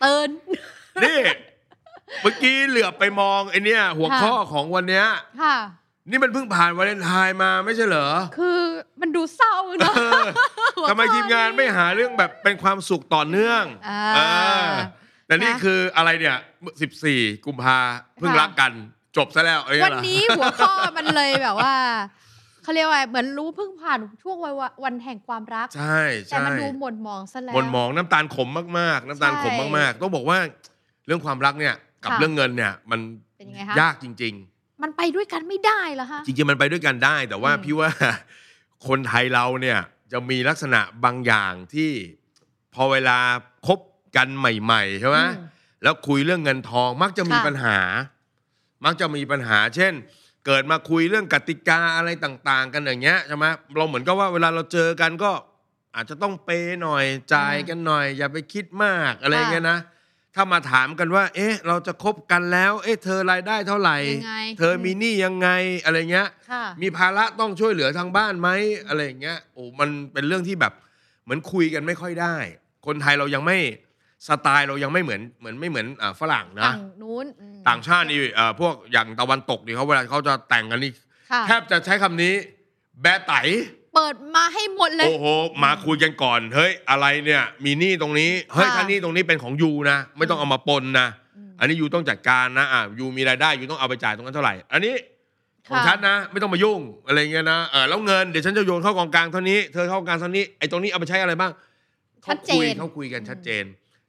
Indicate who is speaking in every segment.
Speaker 1: เตือน
Speaker 2: นี่ เมื่อกี้เหลือบไปมองไอเนี่ย หัวข้อของวันเนี้ย
Speaker 1: ค่ะ
Speaker 2: นี่มันเพิ่งผ่านวาเลนไทน์มาไม่ใช่เหรอ
Speaker 1: คือมันดูเศร้าเนอะ
Speaker 2: เออ
Speaker 1: หัวข้อ
Speaker 2: ทำไมทีมงานไม่หาเรื่องแบบเป็นความสุขต่อเนื่อง
Speaker 1: อ่า
Speaker 2: เออแต่นี่
Speaker 1: นะ
Speaker 2: คืออะไรเนี่ย 14 กุมภาเพิ่งรักกัน จบซะแล้วเอ้ย
Speaker 1: วัน
Speaker 2: เหรอ
Speaker 1: นี้หัวข้อมันเลยแบบว่าเขาเรียกว่าเหมือนรู้เพิ่งผ่านช่วงวัยวะวันแห่งความรัก
Speaker 2: ใช่
Speaker 1: แต่
Speaker 2: ใช่
Speaker 1: มันดูหม่นหมองซะแล้ว
Speaker 2: มนหมองน้ำตาลขมมากๆ น้ำตาลขมมากๆ ต้องบอกว่าเรื่องความรักเนี่ยกับ
Speaker 1: ค่ะ
Speaker 2: เรื่องเงินเนี่ย มัน
Speaker 1: เป็นยังไงคะ
Speaker 2: ยากจริง ๆ
Speaker 1: มันไปด้วยกันไม่ได้เหรอฮะ
Speaker 2: จริงๆ มันไปด้วยกันได้ แต่ว่า
Speaker 1: อืม
Speaker 2: พี่ว่า คนไทยเราเนี่ยจะมีลักษณะบางอย่างที่พอเวลาคบกันใหม่ๆใช่ไหม
Speaker 1: อืม
Speaker 2: แล้วคุยเรื่องเงินทองมักจะมี
Speaker 1: ค่ะ
Speaker 2: ปัญหา มักจะมีปัญหา เช่น เกิดมาคุยเรื่องกติกาอะไรต่าง ๆ กันอย่างเงี้ยใช่ไหมเราเหมือนกับว่าเวลาเราเจอกันก็อาจจะต้องเปย์หน่อยจ่าย
Speaker 1: อ่า
Speaker 2: กันหน่อย อย่าไปคิดมากอะไร
Speaker 1: ค่ะ
Speaker 2: เงี้ยนะถ้ามาถามกันว่า เอ๊ะ เราจะคบกันแล้ว เอ๊ะ เธอรายได้เท่าไหร่
Speaker 1: ยังไง
Speaker 2: เธอมีหนี้ยังไงอะไรเงี้ย
Speaker 1: ค่ะ
Speaker 2: มีภาระต้องช่วยเหลือทางบ้านไหมอะไรอย่างเงี้ยโอ้มันเป็นเรื่องที่แบบเหมือนคุยกันไม่ค่อยได้ คนไทยเรายังไม่สไตล์เรายังไม่เหมือนเหมือนไม่เหมือนอ่าฝรั่งนะ
Speaker 1: ต่างนู้นอืม
Speaker 2: ต่างชาตินี่อ่าพวกอย่างตะวันตกนี่เขาเวลาเขาจะแต่งกันนี่
Speaker 1: ค่ะ
Speaker 2: แทบจะใช้คำนี้ แบะไต
Speaker 1: เปิดมาให้หมดเลย
Speaker 2: โอ้โหมาคุยกันก่อนเฮ้ยอะไรเนี่ย มีหนี้ตรงนี้เฮ้ย
Speaker 1: ค่ะ
Speaker 2: ถ้าหนี้ตรงนี้เป็นของยูนะ ไม่ต้องเอามาปนนะ
Speaker 1: อืม
Speaker 2: อันนี้ยูต้องจัดการนะอ่ะยูมีรายได้ยูต้องเอาไปจ่ายตรงนั้นเท่าไหร่ อันนี้ของ
Speaker 1: ค่ะ
Speaker 2: ฉันนะ ไม่ต้องมายุ่งอะไรเงี้ยนะเออแล้วเงินเดี๋ยวฉันจะโยนเข้ากองกลางเท่านี้เธอเข้ากองกลางเท่านี้ไอ้ตรงนี้เอาไปใช้อะไรบ้าง
Speaker 1: ชัดเจ
Speaker 2: คุย
Speaker 1: น
Speaker 2: เขาคุยกัน
Speaker 1: อืม
Speaker 2: ชัดเจน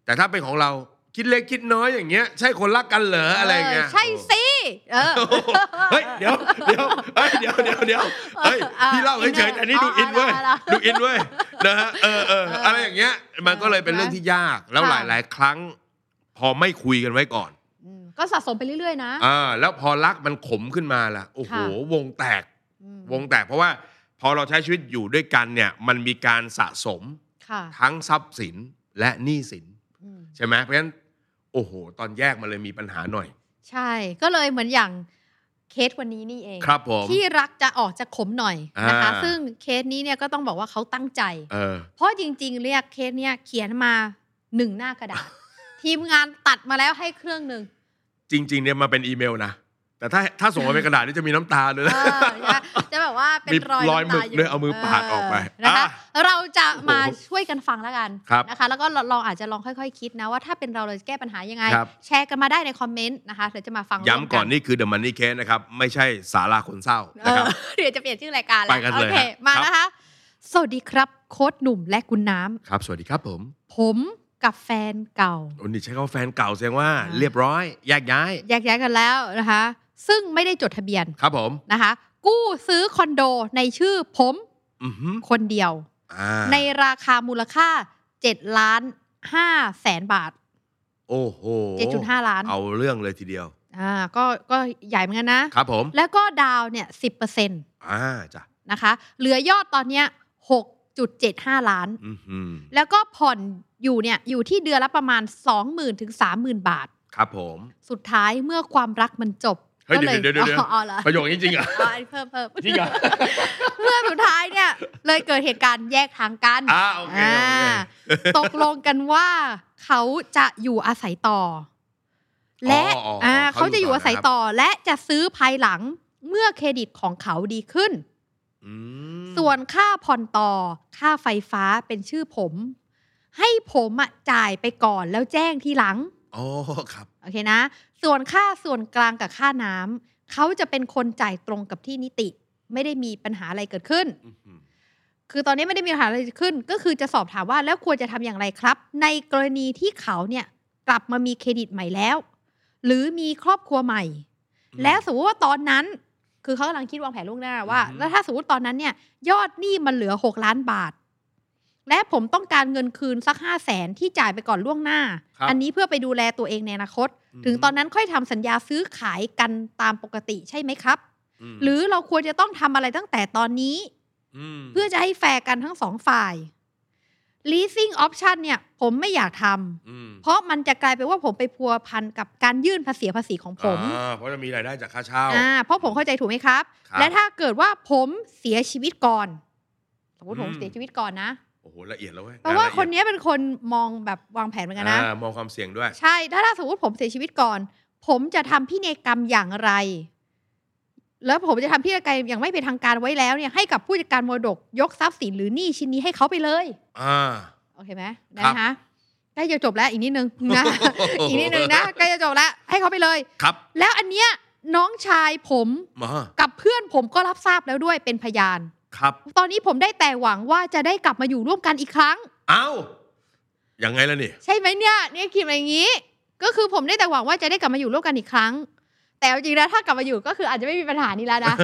Speaker 2: แต่ถ้าเป็นของเราคิดเล็กคิดน้อยอย่างเงี้ย ใช่คนรักกันเหรออะไรเงี้ย
Speaker 1: ใช่สิเออ
Speaker 2: โอ้โหเฮ้ยเดี๋ยวเดี๋ยวเฮ้ยเดี๋ยวเดี๋ยวเดี๋ยวเฮ้ย
Speaker 1: อ่ะ
Speaker 2: พี่เล่าเฉย
Speaker 1: อินเนอร์
Speaker 2: ๆอันนี้ดูอินเว้ย
Speaker 1: เอาละ
Speaker 2: ดูอินเว้ยนะฮะเออเออ
Speaker 1: เอออ
Speaker 2: อะไรอย่างเงี้ย มันก็เลยเป็นเรื่องที่ยากแล้วห
Speaker 1: ค่ะ
Speaker 2: ลาย ๆ ครั้ง พอไม่คุยกันไว้ก่อน
Speaker 1: อืมก็สะสมไปเรื่อยๆนะ
Speaker 2: อ่าแล้วพอรักมันขมขึ้นมาล่ะโอ้โห
Speaker 1: ค่ะ
Speaker 2: วงแตก
Speaker 1: อืม
Speaker 2: วงแตกเพราะว่าพอเราใช้ชีวิตอยู่ด้วยกันเนี่ย มันมีการสะสม
Speaker 1: ค่ะ
Speaker 2: ทั้งทรัพย์สินและหนี้สิน
Speaker 1: อืม
Speaker 2: ใช่ไหมเพราะฉะนั้นโอ้โห ตอนแยกมันเลยมีปัญหาหน่อย
Speaker 1: ใช่ ก็เลยเหมือนอย่างเคสวันนี้นี่เอง
Speaker 2: ครับผม
Speaker 1: ที่รักจะออกจะขมหน่อยนะคะ
Speaker 2: อ่า
Speaker 1: ซึ่งเคสนี้เนี่ยก็ต้องบอกว่าเขาตั้งใจ
Speaker 2: เออ
Speaker 1: เพราะจริงๆ เรียกเคสเนี่ยเขียนมาหนึ่งหน้ากระดาษ ทีมงานตัดมาแล้วให้เครื่องหนึ่ง
Speaker 2: จริง ๆ เนี่ยมาเป็นอีเมลนะ แต่ถ้าถ้าส่งมาเป็นกระดาษนี่จะมีน้ำตาเลยนะ
Speaker 1: เออนะคะจะแบบว่าเป็น
Speaker 2: มี
Speaker 1: รอย
Speaker 2: รอยหมึก
Speaker 1: น้ำตา
Speaker 2: ด้วยเอามือปาดออกไป
Speaker 1: นะคะ
Speaker 2: อ่ะ
Speaker 1: เราจะมา
Speaker 2: โอ้โห
Speaker 1: ช่วยกันฟังแล้วกัน
Speaker 2: ครับ
Speaker 1: นะคะ แล้วก็ลองอาจจะลองค่อยๆ คิดนะว่าถ้าเป็นเราเราจะแก้ปัญหายังไง
Speaker 2: ครับ
Speaker 1: แชร์กันมาได้ในคอมเมนต์นะคะเดี๋ยวจะมาฟัง
Speaker 2: ย้ำ
Speaker 1: ร่วม
Speaker 2: ก่อนนี่คือ The Money Case นะครับ ไม่ใช่สาราคนเศร้า
Speaker 1: เอ
Speaker 2: นะครับ
Speaker 1: อเดี๋ยวจะเปลี่ยนชื่อรายการแล้ว
Speaker 2: ไปกัน
Speaker 1: โอ
Speaker 2: เลย
Speaker 1: เค
Speaker 2: ฮะ
Speaker 1: มา
Speaker 2: ครับ
Speaker 1: นะคะ สวัสดีครับโค้ดหนุ่มและคุณน้
Speaker 2: ครับ สวัสดีครับผม
Speaker 1: ำผมกับแฟนเก่า
Speaker 2: โอ้นี่ใช้คำว่าแฟนเก่าแสดงว่า
Speaker 1: อ่า
Speaker 2: เรียบร้อยแยกย้าย
Speaker 1: แยกย้ายกันแล้วนะคะ ซึ่งไม่ได้จดทะเบียน
Speaker 2: ครับผม
Speaker 1: นะคะ กู้ซื้อคอนโดในชื่อผม
Speaker 2: อือหือ
Speaker 1: คนเดียว
Speaker 2: อ่า
Speaker 1: ในราคามูลค่า7ล้าน5แสนบาท
Speaker 2: โอ้โห
Speaker 1: 7.5 ล้าน
Speaker 2: เอาเรื่องเลยทีเดียว
Speaker 1: อ่าก็ก็ใหญ่เหมือนกันนะ
Speaker 2: ครับผม
Speaker 1: แล้วก็ดาวน์เนี่ย10%น
Speaker 2: อ่าจ้ะ
Speaker 1: ะคะ เหลือยอดตอนเนี้ย6.75 ล้าน
Speaker 2: อื้อหือ
Speaker 1: แล้วก็ผ่อนอยู่เนี่ยอยู่ที่เดือนละประมาณ 20,000ถึง30,000 บาท
Speaker 2: ครับผม
Speaker 1: สุดท้ายเมื่อความรักมันจบ
Speaker 2: เฮ้ย
Speaker 1: ก็
Speaker 2: เดี๋ยวเดี๋ยวเดี๋ยว
Speaker 1: อ๋ออ๋อเหรอ
Speaker 2: ประโยคนี้จริงเหรอ
Speaker 1: อ๋ออันนี้เพิ่มเพิ่ม
Speaker 2: จริงเหรอ
Speaker 1: เมื่อสุดท้ายเนี่ยเลยเกิดเหตุการณ์แยกทางกัน
Speaker 2: อ่าโอเคโอเค
Speaker 1: อ่าตกลงกันว่าเขาจะอยู่อาศัยต่อ และ
Speaker 2: อ๋ออ๋ออ๋ออ่
Speaker 1: ่าเขา
Speaker 2: เขาอยู่
Speaker 1: จะอยู่อาศัยต่อและจะซื้อภายหลังเมื่อเครดิตของเขาดีขึ้น
Speaker 2: อืม
Speaker 1: ส่วนค่าผ่อนต่อ ค่าไฟฟ้าเป็นชื่อผม ให้ผมอะจ่ายไปก่อนแล้วแจ้งทีหลัง
Speaker 2: อ๋อครับ
Speaker 1: โอเคนะ ส่วนค่าส่วนกลางกับค่าน้ำเขาจะเป็นคนจ่ายตรงกับที่นิติ ไม่ได้มีปัญหาอะไรเกิดขึ้น
Speaker 2: อื้อหือ
Speaker 1: คือตอนนี้ไม่ได้มีปัญหาอะไรขึ้น ก็คือจะสอบถามว่าแล้วควรจะทำอย่างไรครับ ในกรณีที่เขาเนี่ยกลับมามีเครดิตใหม่แล้ว หรือมีครอบครัวใหม่ แล้วสมมติว่าตอนนั้น คือเขากำลังคิดวางแผนล่วงหน้าว่า แล้วถ้าสมมติตอนนั้นเนี่ย ยอดหนี้มันเหลือ 6 ล้านบาท และผมต้องการเงินคืนสักห้าแสนที่จ่ายไปก่อนล่วงหน้า
Speaker 2: ครับ
Speaker 1: อันี้เพื่อไปดูแลตัวเองในอนาคต
Speaker 2: อืม
Speaker 1: ถึงตอนนั้นค่อยทำสัญญาซื้อขายกันตามปกติใช่ไหมครับ
Speaker 2: ม
Speaker 1: หรือเราควรจะต้องทำอะไรตั้งแต่ตอนนี้
Speaker 2: ม
Speaker 1: เพื่อจะให้แฟร์กันทั้งสองฝ่าย leasing option เนี่ยผมไม่อยากทำ
Speaker 2: ม
Speaker 1: เพราะมันจะกลายเป็นว่าผมไปพัวพันกับการยื่นภาษีภาษีของผม
Speaker 2: อ่าเพราะจะมีรายได้จากค่าเช่า
Speaker 1: อ่าเพราะผมเข้าใจถูกไหมครับ
Speaker 2: ครับ
Speaker 1: และถ้าเกิดว่าผมเสียชีวิตก่อน สมมติ
Speaker 2: อืม
Speaker 1: ผมเสียชีวิตก่อนนะ
Speaker 2: โอ้โหละเอียดแล้วเว้ย
Speaker 1: แปลว่า
Speaker 2: ะเอียด
Speaker 1: คนเนี้ยเป็นคนมองแบบวางแผนเหมือนกันนะ
Speaker 2: อ่ามองความเสี่ยงด้วย
Speaker 1: ใช่ ถ้าถ้าสมมติผมเสียชีวิตก่อน ผมจะทำพินัยกรรมอย่างไร แล้วผมจะทำพินัยกรรมอย่างไม่เป็นทางการไว้แล้วเนี่ยให้กับผู้จัดการมรดกยกทรัพย์สินหรือหนี้ชิ้นนี้ให้เขาไปเลย
Speaker 2: อ่า
Speaker 1: โอเคไหม
Speaker 2: ครั
Speaker 1: นะ
Speaker 2: บ
Speaker 1: คะใกล้จะจบแล้วอีกนิดนึง นะ อีกนิดนึงนะใกล้จะจบแล้วให้เขาไปเลย
Speaker 2: ครับ
Speaker 1: แล้วอันเนี้ยน้องชายผม
Speaker 2: มา
Speaker 1: กับเพื่อนผมก็รับทราบแล้วด้วยเป็นพยาน
Speaker 2: ครับ
Speaker 1: ตอนนี้ผมได้แต่หวังว่าจะได้กลับมาอยู่ร่วมกันอีกครั้ง
Speaker 2: เอ้ายังไงล่ะนี่
Speaker 1: ใช่ไหมเนี่ยเนี่ยคิดอะไรอย่างนี้ ก็คือผมได้แต่หวังว่าจะได้กลับมาอยู่ร่วมกันอีกครั้ง แต่เอาจริงๆแล้วถ้ากลับมาอยู่ก็คืออาจจะไม่มีปัญหานี้แล้วนะ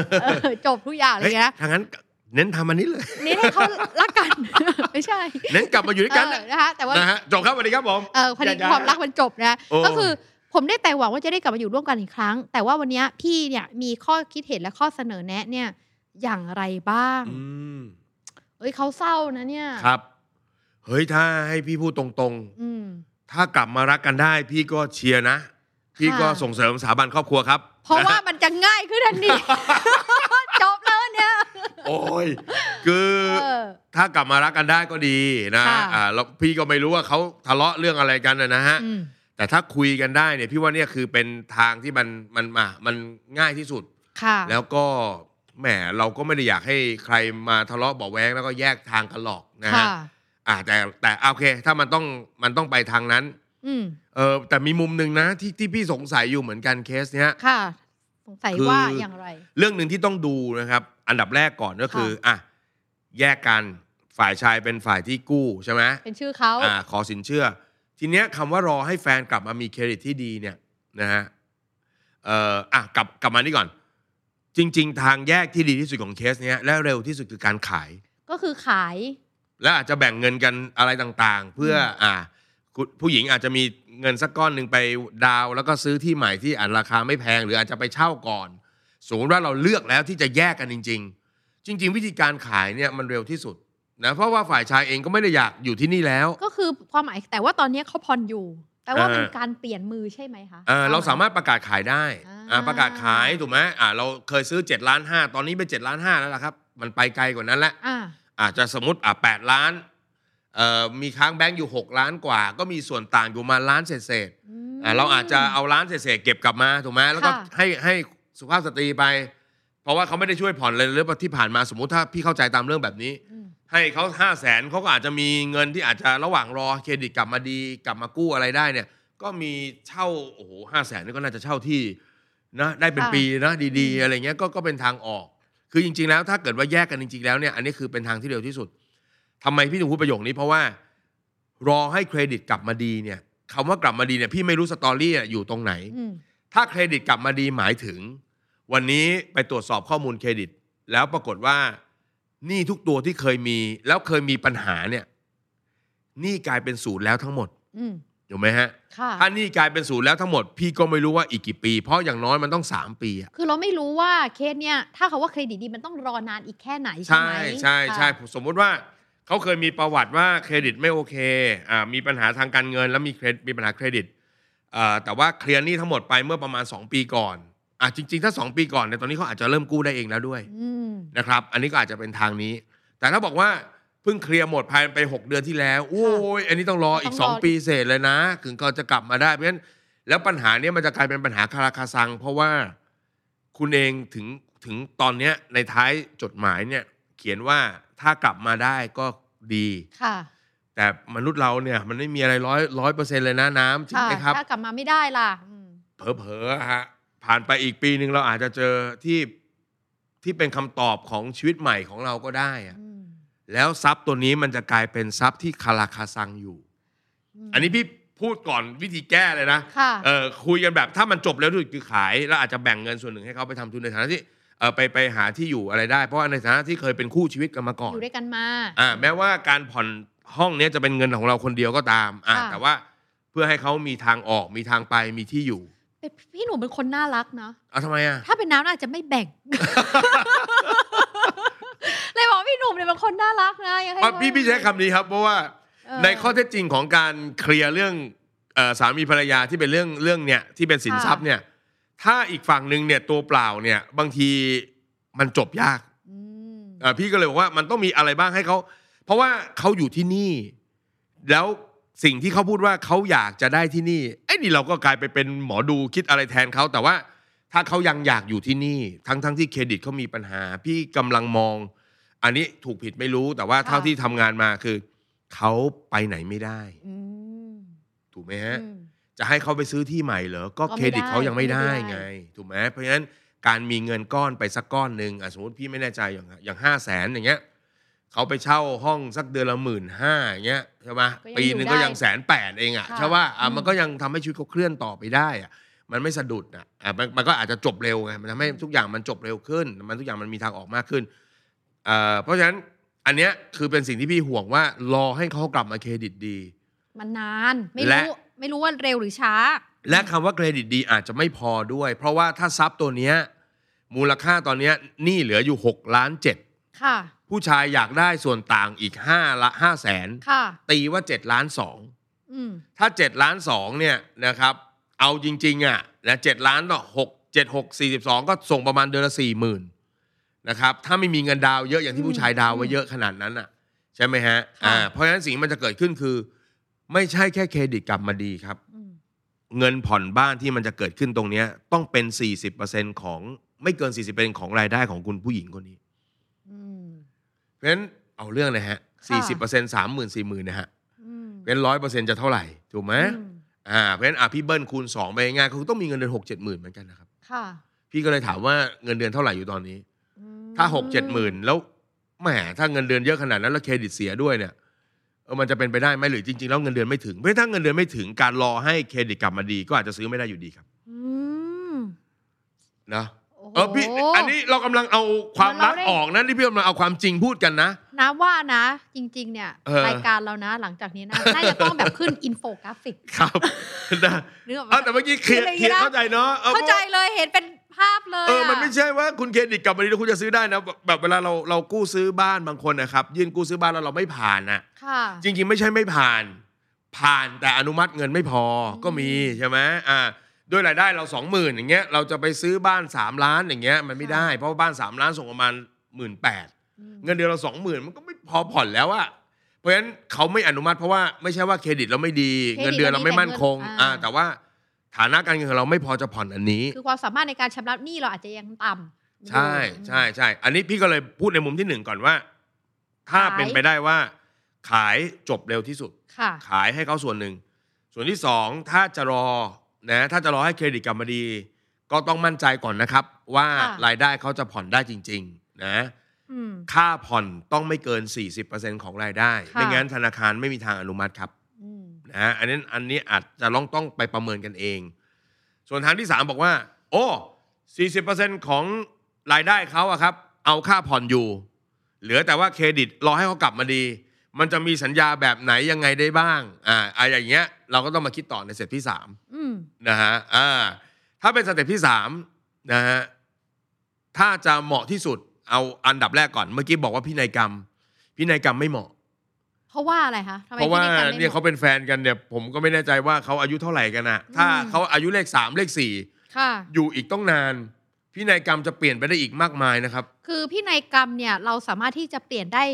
Speaker 1: เออจบทุกอย่างเล
Speaker 2: เฮ้ย
Speaker 1: ยนะ
Speaker 2: ทางนั้นเน้นทำอันนี้เลย
Speaker 1: นี่ให้เขารักกัน ไม่ใช่
Speaker 2: เน้นกลับมาอยู่ด้วยกัน
Speaker 1: เอ
Speaker 2: นะ
Speaker 1: อนะคะแต่ว่า
Speaker 2: นะฮะจบครับสวัสดีครับผม
Speaker 1: เออคดี
Speaker 2: อย่าๆ
Speaker 1: ความรักมันจบนะ
Speaker 2: โอ้
Speaker 1: ก็คือผมได้แต่หวังว่าจะได้กลับมาอยู่ร่วมกันอีกครั้ง แต่ว่าวันเนี้ยพี่เนี่ยมีข้อคิดเห็นและข้อเสนอแนะเนี่ย อย่างไรบ้าง
Speaker 2: อืม
Speaker 1: เอ้ยเขาเศร้านะเนี่ย
Speaker 2: ครับ เฮ้ยถ้าให้พี่พูดตรง
Speaker 1: อืม
Speaker 2: ๆ ถ้ากลับมารักกันได้ พี่ก็เชียร์นะ พี่ก็
Speaker 1: ค่ะ
Speaker 2: ส่งเสริมสถาบันครอบครัวครับ
Speaker 1: เพราะว่า
Speaker 2: ฮ
Speaker 1: มันจะง่ายขึ้นทัน ที จบแล้วเนี่ย
Speaker 2: โอ้ยคือ
Speaker 1: เออ
Speaker 2: ถ้ากลับมารักกันได้ก็ดีนะ
Speaker 1: ค่ะ
Speaker 2: อ่าแล้วพี่ก็ไม่รู้ว่าเขาทะเลาะเรื่องอะไรกันนะนะฮะ
Speaker 1: อืม
Speaker 2: แต่ถ้าคุยกันได้เนี่ยพี่ว่าเนี่ยคือเป็นทางที่มันมันมามันง่ายที่สุด
Speaker 1: ค่ะ
Speaker 2: แล้วก็แหมเราก็ไม่ได้อยากให้ใครมาทะเลาะเบาะแวงแล้วก็แยกทางกันหรอกนะ
Speaker 1: ค่ะ
Speaker 2: ฮะอ่าแต่แต่อ่ะโอเค ถ้ามันต้องมันต้องไปทางนั้น
Speaker 1: อืม
Speaker 2: เออแต่มีมุมหนึ่งนะที่ที่พี่สงสัยอยู่เหมือนกันเคสเนี้ย
Speaker 1: ค่ะ สงสัย
Speaker 2: คือ
Speaker 1: ว่าอย่างไร
Speaker 2: เรื่องหนึ่งที่ต้องดูนะครับ อันดับแรกก่อนก็คือ
Speaker 1: ค่ะ
Speaker 2: อ่ะแยกกันฝ่ายชายเป็นฝ่ายที่กู้ใช่ไหม
Speaker 1: เป็นชื่อเขา
Speaker 2: อ่าขอสินเชื่อ ทีเนี้ยคำว่ารอให้แฟนกลับมามีเครดิตที่ดีเนี่ยนะฮะเอ่ออ่ะกลับกลับมานี่ก่อน จริง ๆ ทางแยกที่ดีที่สุดของเคสเนี้ยและเร็วที่สุดคือการขาย
Speaker 1: ก็คือขาย
Speaker 2: และอาจจะแบ่งเงินกันอะไรต่างๆ เพื่ออ่าคุณผู้หญิงอาจจะมีเงินสักก้อนหนึ่งไปดาวน์แล้วก็ซื้อที่ใหม่ที่อาจราคาไม่แพง หรืออาจจะไปเช่าก่อนสมมติว่าเราเลือกแล้วที่จะแยกกันจริง ๆ จริง ๆ วิธีการขายเนี่ยมันเร็วที่สุดนะเพราะว่าฝ่ายชายเองก็ไม่ได้อยากอยู่ที่นี่แล้ว
Speaker 1: ก็คือความหมาย แต่ว่าตอนนี้เขาผ่อนอยู่ แต่ว่า
Speaker 2: เออ
Speaker 1: เป็นการเปลี่ยนมือใช่ไหมคะ
Speaker 2: เอ่อเรา
Speaker 1: ควห
Speaker 2: สามารถประกาศขายได้อ่า
Speaker 1: อ่า
Speaker 2: ประกาศขายถูกไหมอ่าเราเคยซื้อ7ล้าน5ตอนนี้เป็น7ล้าน5แล้วล่ะครับมันไปไกลกว่านั้นแล้ว
Speaker 1: อ่า
Speaker 2: อาจจะสมมติอ่ะแปดล้านเอ่อมีค้างแบงก์อยู่ 6 ล้านกว่า ก็มีส่วนต่างอยู่ประมาณล้านเศษเศษ
Speaker 1: อืม
Speaker 2: ๆอ่ะเราอาจจะเอาล้านเศษเศษๆเก็บกลับมาถูกไหมแล้วก็
Speaker 1: ค่ะ
Speaker 2: ให้ให้สุภาพสตรีไป เพราะว่าเขาไม่ได้ช่วยผ่อนเลยหรือว่าที่ผ่านมาสมมติถ้าพี่เข้าใจตามเรื่องแบบนี้
Speaker 1: อืม
Speaker 2: ให้เขา5 0 0แสนเขาก็อาจจะมีเงินที่อาจจะระหว่างรอเครดิตกลับมาดีกลับมากู้อะไรได้เนี่ย ก็มีเช่าโอ้โหห้าแสนนี่ก็น่าจะเช่าที่นะได้เป็นปีนะดีๆ อะไรเงี้ยก็ก็เป็นทางออก คือจริง ๆ แล้วถ้าเกิดว่าแยกกันจริง ๆ แล้วเนี่ยอันนี้คือเป็นทางที่เร็วที่สุดทำไมพี่ถึงพูดประโยคนี้เพราะว่า รอให้เครดิตกลับมาดีเนี่ยคำว่ากลับมาดีเนี่ยพี่ไม่รู้สตอรี่อะอยู่ตรงไหน
Speaker 1: อืม
Speaker 2: ถ้าเครดิตกลับมาดีหมายถึง วันนี้ไปตรวจสอบข้อมูลเครดิต แล้วปรากฏว่าหนี้ทุกตัวที่เคยมีแล้วเคยมีปัญหาเนี่ยหนี้กลายเป็นศูนย์แล้วทั้งหมด
Speaker 1: อืม
Speaker 2: ถูกไหมฮะ
Speaker 1: ค่ะ
Speaker 2: ถ้าหนี้กลายเป็นศูนย์แล้วทั้งหมด พี่ก็ไม่รู้ว่าอีกกี่ปี เพราะอย่างน้อยมันต้องสามปีอะ
Speaker 1: คือเราไม่รู้ว่าเคสเนี่ย ถ้าเขาว่าเครดิตดีมันต้องรอนานอีกแค่ไหนใช่
Speaker 2: ใช่
Speaker 1: ไหม
Speaker 2: ใช่ใช่
Speaker 1: ค่ะ
Speaker 2: สมมุติว่าเขาเคยมีประวัติว่าเครดิตไม่โอเคอ่ามีปัญหาทางการเงิน แล้วมีเครดิตมีปัญหาเครดิตอ่าแต่ว่าเคลียร์หนี้ทั้งหมดไปเมื่อประมาณ 2 ปีก่อนอ่ะจริง ๆ ถ้า 2 ปีก่อนเนี่ยตอนนี้เขาอาจจะเริ่มกู้ได้เองแล้วด้วย
Speaker 1: อืม
Speaker 2: นะครับ อันนี้ก็อาจจะเป็นทางนี้ แต่ถ้าบอกว่าเพิ่งเคลียร์หมดภายใน 6 เดือนที่แล้ว โอ้ย อันนี้ต้องรออี
Speaker 1: ต้
Speaker 2: ก
Speaker 1: องรอ
Speaker 2: 2 ปีเศษเลยนะ ถึงเขาจะกลับมาได้ เพราะฉะนั้น แล้วปัญหาเนี้ยมันจะกลายเป็นปัญหาคาราคาซัง เพราะว่าคุณเองถึงถึงตอนเนี้ยในท้ายจดหมายเนี่ย เขียนว่าถ้ากลับมาได้ก็ดี
Speaker 1: ค่ะ
Speaker 2: แต่มนุษย์เราเนี่ยมันไม่มีอะไรร้อยร้อยเปอร์เซ็นต์เลยนะน้ำจริง
Speaker 1: ค่ะ
Speaker 2: ไหมครับ
Speaker 1: ถ้ากลับมาไม่ได้ล่ะอืม
Speaker 2: เผลอๆอะฮะผ่านไปอีกปีหนึ่งเราอาจจะเจอที่ที่เป็นคำตอบของชีวิตใหม่ของเราก็ได้อะ
Speaker 1: อืม
Speaker 2: แล้วทรัพย์ตัวนี้มันจะกลายเป็นทรัพย์ที่คาราคาซังอยู่
Speaker 1: ม
Speaker 2: อันนี้พี่พูดก่อนวิธีแก้เลยนะ
Speaker 1: ค่ะ
Speaker 2: เออคุยกันแบบถ้ามันจบแล้วที่สุดคือขาย แล้วอาจจะแบ่งเงินส่วนหนึ่งให้เขาไปทำทุนในฐานะที่เออไปไปหาที่อยู่อะไรได้ เพราะว่าในฐานะที่เคยเป็นคู่ชีวิตกันมาก่อน
Speaker 1: อยู่ด้วยกันมา
Speaker 2: อ่าแม้ว่าการผ่อน ห้องเนี้ยจะเป็นเงินของเราคนเดียวก็ตามอ่ะ
Speaker 1: ค่ะ
Speaker 2: แต่ว่าเพื่อให้เขามีทางออกมีทางไปมีที่อยู่
Speaker 1: เป็นพี่หนูเป็นคนน่ารักเนาะ
Speaker 2: เอาทำไมอ่ะ
Speaker 1: ถ้าเป็นน้ำอาจจะไม่แบ่ง เลยบอกพี่หนุ่มเนี่ยเป็นคนน่ารักนะยังให้
Speaker 2: อ่ะ
Speaker 1: เขา
Speaker 2: พี่พี่ใช้คำนี้ครับ เพราะว่า
Speaker 1: เออ
Speaker 2: ในข้อเท็จจริงของการเคลียร์เรื่องเอ่อสามีภรรยาที่เป็นเรื่องเรื่องเนี่ยที่เป็นสินทรัพย์
Speaker 1: ค่ะ
Speaker 2: เนี่ย ถ้าอีกฝั่งหนึ่งเนี่ยตัวเปล่าเนี่ย บางทีมันจบยาก
Speaker 1: อืม
Speaker 2: อ่ะพี่ก็เลยบอกว่ามันต้องมีอะไรบ้างให้เขาเพราะว่าเขาอยู่ที่นี่ แล้วสิ่งที่เขาพูดว่าเขาอยากจะได้ที่นี่ไอ้ยนี่เราก็กลายไปเป็นหมอดูคิดอะไรแทนเขาแต่ว่าถ้าเขายังอยากอยู่ที่นี่ ทั้งทั้งที่เครดิตเขามีปัญหา พี่กำลังมอง อันนี้ถูกผิดไม่รู้แต่ว่าเท่าที่ทำงานมาคือเขาไปไหนไม่ได้
Speaker 1: อืม
Speaker 2: ถูกไหมฮะ
Speaker 1: อืม
Speaker 2: จะให้เขาไปซื้อที่ใหม่เหรอ ก็
Speaker 1: ก็
Speaker 2: เค
Speaker 1: ไม่
Speaker 2: ร
Speaker 1: ได้
Speaker 2: ดิตเขายังไม่ได้
Speaker 1: ไม่ได้
Speaker 2: ไง ถูกไหมเพราะฉะนั้นการมีเงินก้อนไปสักก้อนหนึ่งอ่ะสมมติพี่ไม่แน่ใจอย่างอย่างห้าแสนอย่างเงี้ยเขาไปเช่าห้องสักเดือนละหมื่นห้าอย่างเงี้ยใช่ไหม
Speaker 1: ก็
Speaker 2: ปี
Speaker 1: ยังอยู่
Speaker 2: หนึ่งก็ยัง
Speaker 1: ได้
Speaker 2: แสนแปดเองอ่ะ
Speaker 1: ค่ะ
Speaker 2: ใช่ว่าอ่ะ
Speaker 1: อืม
Speaker 2: มันก็ยังทำให้ชีวิตเขาเคลื่อนต่อไปได้อ่ะมันไม่สะดุดนะอ่ะมันมันก็อาจจะจบเร็วไงมันทำให้ทุกอย่างมันจบเร็วขึ้น มันทุกอย่างมันมีทางออกมากขึ้นเอ่อเพราะฉะนั้นอันเนี้ยคือเป็นสิ่งที่พี่ห่วงว่ารอให้เขากลับมาเครดิตดี
Speaker 1: มันนาน ไม่
Speaker 2: และ
Speaker 1: รู้ ไม่รู้ว่าเร็วหรือช้า
Speaker 2: และคำว่าเครดิตดีอาจจะไม่พอด้วย เพราะว่าถ้าทรัพย์ตัวเนี้ยมูลค่าตอนเนี้ยหนี้เหลืออยู่ 6 ล้าน 7
Speaker 1: ค่ะ
Speaker 2: ผู้ชายอยากได้ส่วนต่างอีก5ละ5แสน
Speaker 1: ค่ะ
Speaker 2: ตีว่า 7 ล้าน
Speaker 1: อืม
Speaker 2: 2 ถ้า 7 ล้าน 2 เนี่ยนะครับ เอาจริง ๆ อ่ะนะ7ล้านต่อ6 7 6 42 ก็ส่งประมาณเดือนละ4 0 0 0 0นะครับ ถ้าไม่มีเงินดาวน์เยอะอย่างที่ผู้ชายดาวน์ไว้เยอะขนาดนั้นอ่ะ ใช่ไหมฮะ
Speaker 1: ค่ะ
Speaker 2: อ่าเพราะฉะนั้นสิ่งที่มันจะเกิดขึ้นคือ ไม่ใช่แค่เครดิตกลับมาดีครับ
Speaker 1: อืม
Speaker 2: เงินผ่อนบ้านที่มันจะเกิดขึ้นตรงเนี้ยต้องเป็น 40%ของไม่เกิน 40%ของรายได้ของคุณผู้หญิงคนนี้
Speaker 1: อืม
Speaker 2: เพราะฉะนั้นเอาเรื่องเลยฮะ
Speaker 1: ค่
Speaker 2: 40% 30,000 40,000นะฮะ
Speaker 1: อืม
Speaker 2: เป็นร้อยเปอร์เซ็นต์จะเท่าไหร่ ถูกไหม
Speaker 1: อืม
Speaker 2: อ่าเพราะฉะนั้นอ่ะพี่เบิ้ลคูณ 2 ไปง่ายๆคือต้องมีเงินเดือน 6 7หมื่นเหมือนกันนะครับ
Speaker 1: ค่ะ
Speaker 2: พี่ก็เลยถามว่าเงินเดือนเท่าไหร่อยู่ตอนนี้
Speaker 1: อืม
Speaker 2: ถ้า 6 7หมื่นแล้วแหมถ้าเงินเดือนเยอะขนาดนั้นแล้วเครดิตเสียด้วยเนี่ยเออมันจะเป็นไปได้ไหมหรือจริงๆแล้วเงินเดือนไม่ถึงเพราะฉะนั้นถ้าเงินเดือนไม่ถึงการรอให้เครดิตกลับมาดี ก็อาจจะซื้อไม่ได้อยู่ดีครับ
Speaker 1: อืม
Speaker 2: นะ
Speaker 1: โอ้โห
Speaker 2: เออพี่อันนี้เรากำลังเอาความลับ
Speaker 1: เราได้
Speaker 2: ออกนะนี่พี่กำลังเอาความจริงพูดกันนะ
Speaker 1: น้ำว่านะ จริง ๆ เนี่ย
Speaker 2: เออ
Speaker 1: รายการเรานะ หลังจากนี้นะน่าจะต้องแบบขึ้นอินโฟกราฟิก
Speaker 2: ครับ นะ
Speaker 1: เรื่อง
Speaker 2: เอาแต่เมื่อกี้เคลียร์
Speaker 1: ไม่ได้
Speaker 2: เคลียร์
Speaker 1: นะ
Speaker 2: เข้าใจเนาะออ
Speaker 1: เข้าใจเลยเห็นเป็นภาพเลย
Speaker 2: เออมัน
Speaker 1: อะ
Speaker 2: ไม่ใช่ว่าคุณเครดิตกลับมาดีแล้วคุณจะซื้อได้นะแบบแบบเวลาเราเรากู้ซื้อบ้านบางคนนะครับ ยื่นกู้ซื้อบ้านแล้วเราไม่ผ่านนะ
Speaker 1: ค่ะ
Speaker 2: จริง ๆ ไม่ใช่ไม่ผ่าน ผ่านแต่อนุมัติเงินไม่พออ
Speaker 1: ม
Speaker 2: ก็มีใช่ไหมอ่าด้วยรายได้เราสองหมื่นอย่างเงี้ยเราจะไปซื้อบ้านสามล้านอย่างเงี้ยมันไม่ได้ เพราะว่าบ้านสามล้านส่งประมาณหมื่นแปด
Speaker 1: อืม
Speaker 2: เงินเดือนเราสองหมื่นมันก็ไม่พอผ่อนแล้วอะเพราะฉะนั้นเขาไม่อนุมัติเพราะว่าไม่ใช่ว่าเครดิตเราไม่ดี เงินเดือนเราไม่มั่นคงอ่าแต่ว่าฐานะการเงินของเราไม่พอจะผ่อนอันนี้
Speaker 1: คือความสามารถในการชำระหนี้เราอาจจะยังต่ำอยู่
Speaker 2: ใช่ใช่ใช่อันนี้พี่ก็เลยพูดในมุมที่หนึ่งก่อนว่า ถ้าเป็นไปได้ว่า ขายจบเร็วที่สุด
Speaker 1: ค่ะ
Speaker 2: ขายให้เขาส่วนหนึ่ง ส่วนที่สองถ้าจะรอนะถ้าจะรอให้เครดิตกลับมาดี ก็ต้องมั่นใจก่อนนะครับ ว่า
Speaker 1: ค่ะ
Speaker 2: รายได้เขาจะผ่อนได้จริง ๆ นะ
Speaker 1: อืม
Speaker 2: ค่าผ่อนต้องไม่เกิน 40%ของรายได้
Speaker 1: ค่ะ
Speaker 2: ไม่งั้นธนาคารไม่มีทางอนุมัติครับ
Speaker 1: อืม
Speaker 2: นะฮะอันนี้อันนี้อาจจะต้องต้องไปประเมินกันเอง ส่วนทางที่ 3 บอกว่า โอ้ 40%ของรายได้เขาอะครับ เอาค่าผ่อนอยู่ เหลือแต่ว่าเครดิตรอให้เขากลับมาดี มันจะมีสัญญาแบบไหนยังไงได้บ้าง อ่าอะอย่างเงี้ยเราก็ต้องมาคิดต่อในสเต็ปที่ 3
Speaker 1: อืม
Speaker 2: นะฮะ อ่า ถ้าเป็นสเต็ปที่สามนะฮะ ถ้าจะเหมาะที่สุด เอาอันดับแรกก่อน เมื่อกี้บอกว่าพินัยกรรม พินัยกรรมไม่เหมาะ
Speaker 1: เพราะว่าอะไรคะทำไม
Speaker 2: เพราะว่า
Speaker 1: พิธีกมไม่
Speaker 2: เนี่ย
Speaker 1: ห
Speaker 2: เขา
Speaker 1: ม
Speaker 2: เป็นแฟนกันเนี่ย ผมก็ไม่แน่ใจว่าเขาอายุเท่าไหร่กันนะ
Speaker 1: อืม
Speaker 2: ถ้าเขาอายุเลขสามเลขสี่
Speaker 1: ค่ะ
Speaker 2: อยู่อีกต้องนาน พินัยกรรมจะเปลี่ยนไปได้อีกมากมายนะครับ
Speaker 1: คือพินัยกรรมเนี่ยเราสามารถที่จะเปลี่ยนได้